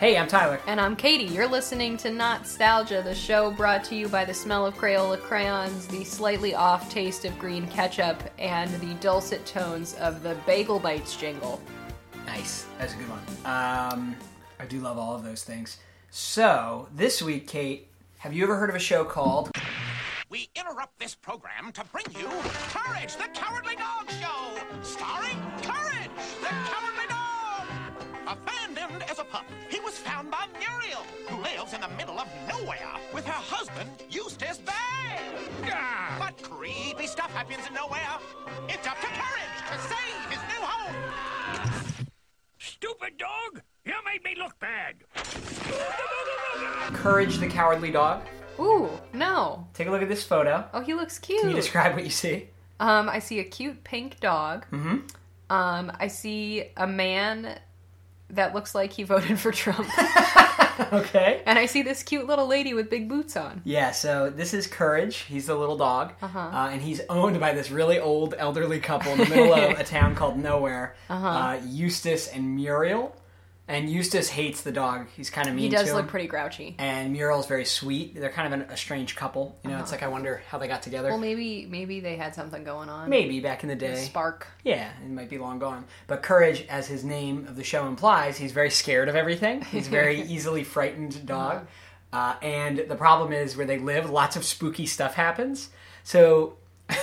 Hey, I'm Tyler. And I'm Katie. You're listening to Nostalgia, the show brought to you by the smell of Crayola crayons, the slightly off taste of green ketchup, and the dulcet tones of the Bagel Bites jingle. Nice. That's a good one. Um, I do love all of those things. So, this week, Kate, have you ever heard of a show called We interrupt this program to bring you Courage the Cowardly Dog Show, starring Courage the Cowardly Dog. A abandoned as a pup, he was found by Muriel, who lives in the middle of nowhere with her husband, Eustace Bay. But creepy stuff happens in nowhere. It's up to Courage to save his new home. Stupid dog! You made me look bad! Courage the Cowardly Dog? Ooh, no. Take a look at this photo. Oh, he looks cute. Can you describe what you see? um, I see a cute pink dog. Mm-hmm. Um, I see a man that looks like he voted for Trump. Okay. and I see this cute little lady with big boots on. Yeah, so this is Courage. He's the little dog. Uh-huh. and he's owned by this really old elderly couple in the middle of a town called Nowhere, uh-huh. Eustace and Muriel. And Eustace hates the dog. He's kind of mean He does to look him. pretty grouchy. and Muriel's very sweet. They're kind of an, a strange couple. You know, it's like I wonder how they got together. Well, maybe maybe they had something going on. Maybe back in the day. Spark. Yeah, it might be long gone. But Courage, as his name of the show implies, he's very scared of everything. He's a very easily frightened dog. Uh, and the problem is where they live, lots of spooky stuff happens. So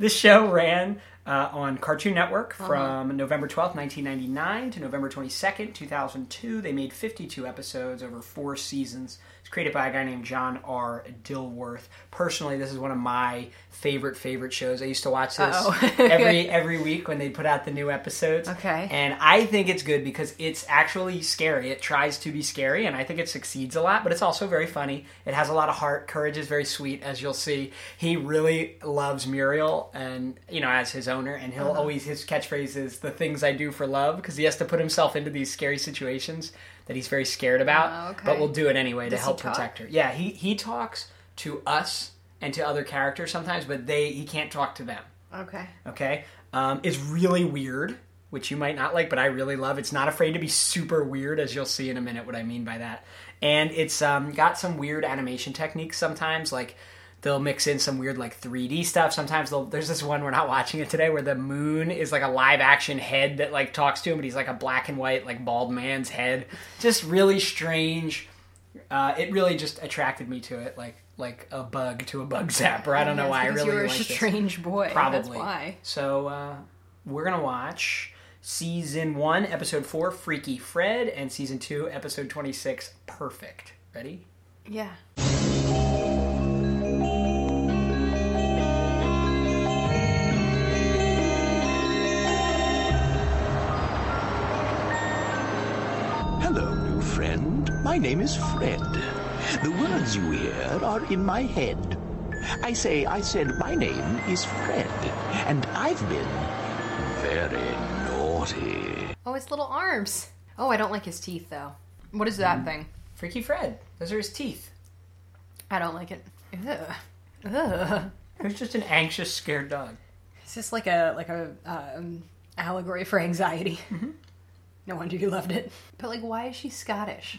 this show ran uh, on Cartoon Network Uh-huh. from November 12th, 1999 to November 22nd, 2002. They made 52 episodes over four seasons. It's created by a guy named John R. Dilworth. Personally, this is one of my favorite, favorite shows. I used to watch this Uh-oh. every every week when they put out the new episodes. Okay. And I think it's good because it's actually scary. It tries to be scary, and I think it succeeds a lot, but it's also very funny. It has a lot of heart. Courage is very sweet, as you'll see. He really loves Muriel and, you know, as his owner, and he'll Uh-huh. always, his catchphrase is the things I do for love because he has to put himself into these scary situations that he's very scared about, Oh, okay. but will do it anyway to Does he help talk? protect her. Yeah, he, he talks to us and to other characters sometimes, but they he can't talk to them Okay. okay, um, is really weird, which you might not like, but I really love. It's not afraid to be super weird, as you'll see in a minute what I mean by that. And it's um, got some weird animation techniques sometimes, like they'll mix in some weird like 3D stuff. Sometimes they'll, there's this one we're not watching it today where the moon is like a live action head that like talks to him, but he's like a black and white like bald man's head. Just really strange. Uh, it really just attracted me to it, like like a bug to a bug zapper. I don't know Yes, why I because really you were a liked it. strange boy. Probably. That's why. So uh, we're gonna watch season one, episode four, Freaky Fred, and season two, episode twenty-six, Perfect. Ready? Yeah. Hello, new friend. My name is Fred. The words you hear are in my head. I say, I said, my name is Fred, and I've been very naughty. Oh, his little arms. Oh, I don't like his teeth though. What is Mm. that thing? Freaky Fred. Those are his teeth. I don't like it. Ugh. Ugh. He's just an anxious, scared dog. Is this like a like a um, allegory for anxiety? Mm-hmm. No wonder you loved it. But like, why is she Scottish?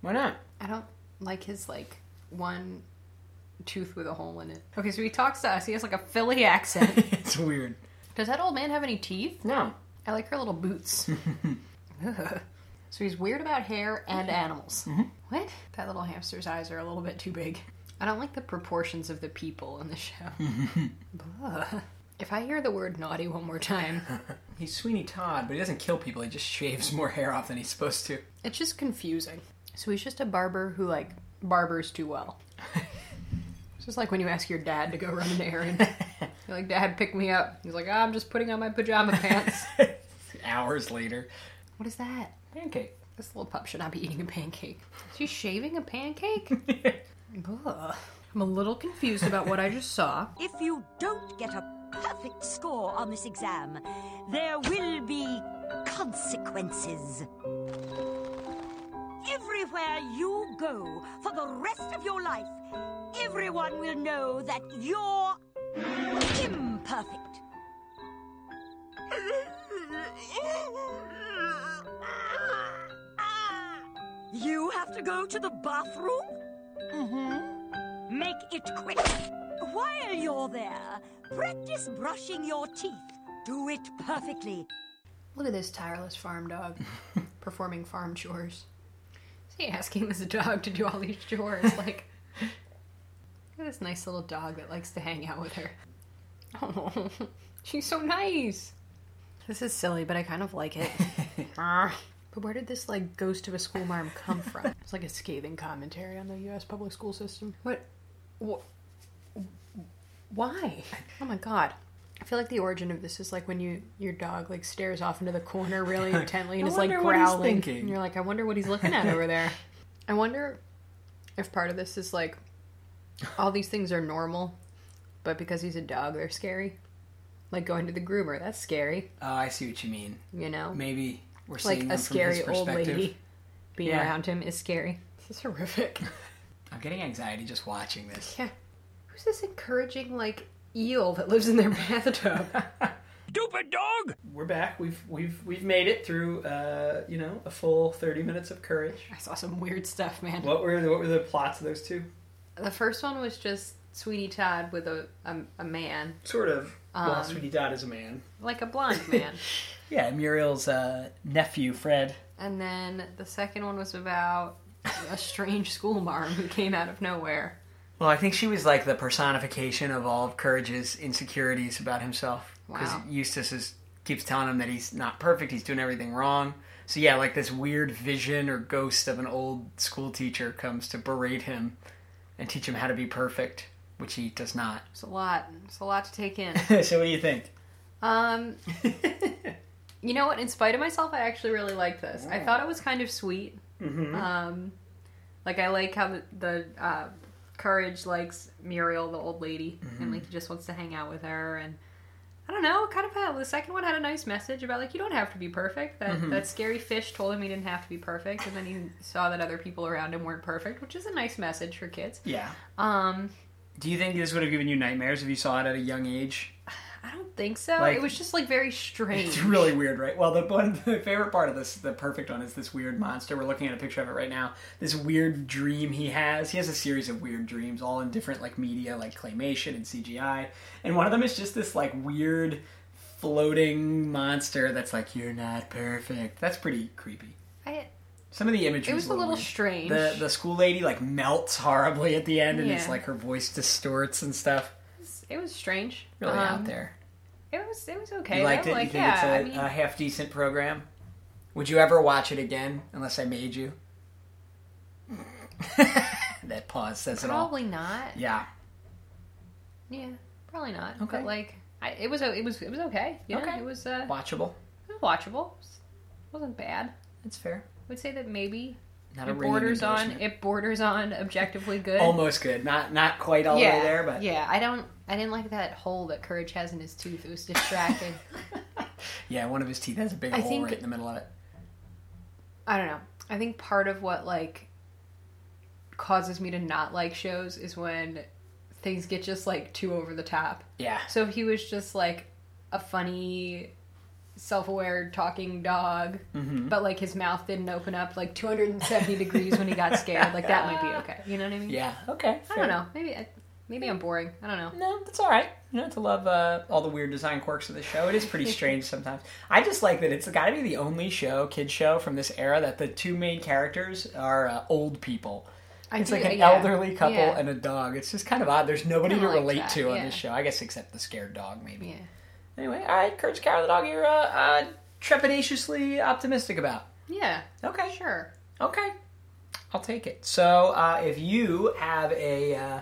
Why not? I don't like his like one tooth with a hole in it. Okay, so he talks to us. He has like a Philly accent. it's weird. Does that old man have any teeth? No. I like her little boots. Ugh. so he's weird about hair and animals. What? That little hamster's eyes are a little bit too big. I don't like the proportions of the people in the show. Ugh. if I hear the word naughty one more time, He's Sweeney Todd, but he doesn't kill people. He just shaves more hair off than he's supposed to. it's just confusing. So he's just a barber who like barbers too well. it's just like when you ask your dad to go run an errand. You're like, Dad, pick me up. He's like, "Ah, I'm just putting on my pajama pants. Hours later, what is that? pancake. This little pup should not be eating a pancake. She's shaving a pancake? Ugh. I'm a little confused about what I just saw. If you don't get a perfect score on this exam, there will be consequences. Everywhere you go for the rest of your life, everyone will know that you're imperfect. have to go to the bathroom? Mm-hmm. Make it quick. While you're there, practice brushing your teeth. Do it perfectly. Look at this tireless farm dog performing farm chores. Is he asking this dog to do all these chores? Like, look at this nice little dog that likes to hang out with her. Oh, she's so nice. This is silly, but I kind of like it. Ah. but where did this like ghost of a school marm come from? It's like a scathing commentary on the U.S. public school system. What? What? Why? Oh my god. I feel like the origin of this is like when you your dog like stares off into the corner really intently and I is like wonder what he's growling. thinking. And you're like, I wonder what he's looking at over there. I wonder if part of this is like all these things are normal, but because he's a dog, they're scary. Like going to the groomer, that's scary, Oh, I see what you mean. you know. Maybe we're like seeing a them from his scary old perspective. lady being Yeah. around him is scary. This is horrific. I'm getting anxiety just watching this. yeah. Who's this encouraging like eel that lives in their bathtub? Stupid dog! We're back. We've we've we've made it through uh, you know, a full 30 minutes of courage. I saw some weird stuff, man. What were the, what were the plots of those two? The first one was just Sweetie Todd with a a, a man, Sort of. well, Sweetie Dot is a man. like a blonde man. Yeah, Muriel's uh, nephew Fred. and then the second one was about a strange school marm who came out of nowhere. Well, I think she was like the personification of all of Courage's insecurities about himself. Because Wow. Eustace is, keeps telling him that he's not perfect, he's doing everything wrong. So, yeah, like this weird vision or ghost of an old school teacher comes to berate him and teach him how to be perfect, which he does not. It's a lot. It's a lot to take in. so, what do you think? Um, you know what? In spite of myself, I actually really liked this. Oh. I thought it was kind of sweet. Mm-hmm. Um, like I like how the, the uh, courage likes Muriel, the old lady, and Mm-hmm. like he just wants to hang out with her. And I don't know, kind of had the second one had a nice message about like you don't have to be perfect. That Mm-hmm. that scary fish told him he didn't have to be perfect, and then he saw that other people around him weren't perfect, which is a nice message for kids. Yeah. Um, Do you think this would have given you nightmares if you saw it at a young age? I don't think so. Like- it was just like very strange. It's really weird, right? Well, the one the favorite part of this, the perfect one, is this weird monster. We're looking at a picture of it right now. This weird dream he has. He has a series of weird dreams, all in different like media, like claymation and CGI. And one of them is just this like weird floating monster that's like, "You're not perfect." That's pretty creepy. I, Some of the imagery. It was is a little weird. strange. The the school lady like melts horribly at the end, and it's Yeah. like her voice distorts and stuff. It was strange. Really Um, out there. It was it was okay. You liked though. it? Like, you think yeah, it's a, I mean, a half decent program? Would you ever watch it again unless I made you? that pause says it all. probably not. Yeah. Yeah, probably not. Okay. But like, I, it was o- it was it was okay. Yeah, Okay. it was uh, Watchable. it was watchable. It wasn't bad. That's fair. I would say that maybe Not a it ringing borders on endorsement. it borders on objectively good. Almost good. Not not quite all the yeah, way there, but yeah, I don't. I didn't like that hole that Courage has in his tooth. It was distracting. yeah, one of his teeth has a big I hole think- right in the middle of it. I don't know. I think part of what like causes me to not like shows is when things get just like too over the top. Yeah. So he was just like a funny, self-aware talking dog, Mm-hmm. but like his mouth didn't open up like 270 degrees when he got scared. Like that might be okay. You know what I mean? Yeah. Okay. I fair. don't know. Maybe I, maybe I'm boring. I don't know. No, that's all right. You know, to love uh, all the weird design quirks of the show. It is pretty strange sometimes. I just like that it's got to be the only show, kid show from this era that the two main characters are uh, old people. I It's do- like an yeah. elderly couple Yeah. and a dog. It's just kind of odd. There's nobody Kinda to like relate that, to on yeah. this show, I guess, except the scared dog, maybe. Yeah. Anyway, all right, Courage the Coward the Dog, you're uh, uh, trepidatiously optimistic about. Yeah. Okay. Sure. Okay, I'll take it. So uh, if you have a uh,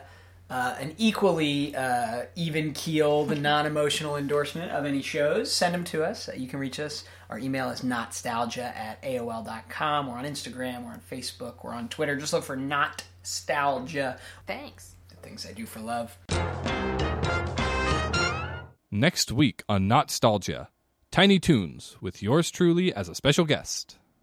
uh, an equally uh, even keeled, non emotional endorsement of any shows, send them to us. You can reach us. Our email is nostalgia at AOL.com. We're on Instagram, we're on Facebook, we're on Twitter. Just look for nostalgia. Thanks. The things I do for love. Next week on Nostalgia, Tiny Toons with yours truly as a special guest.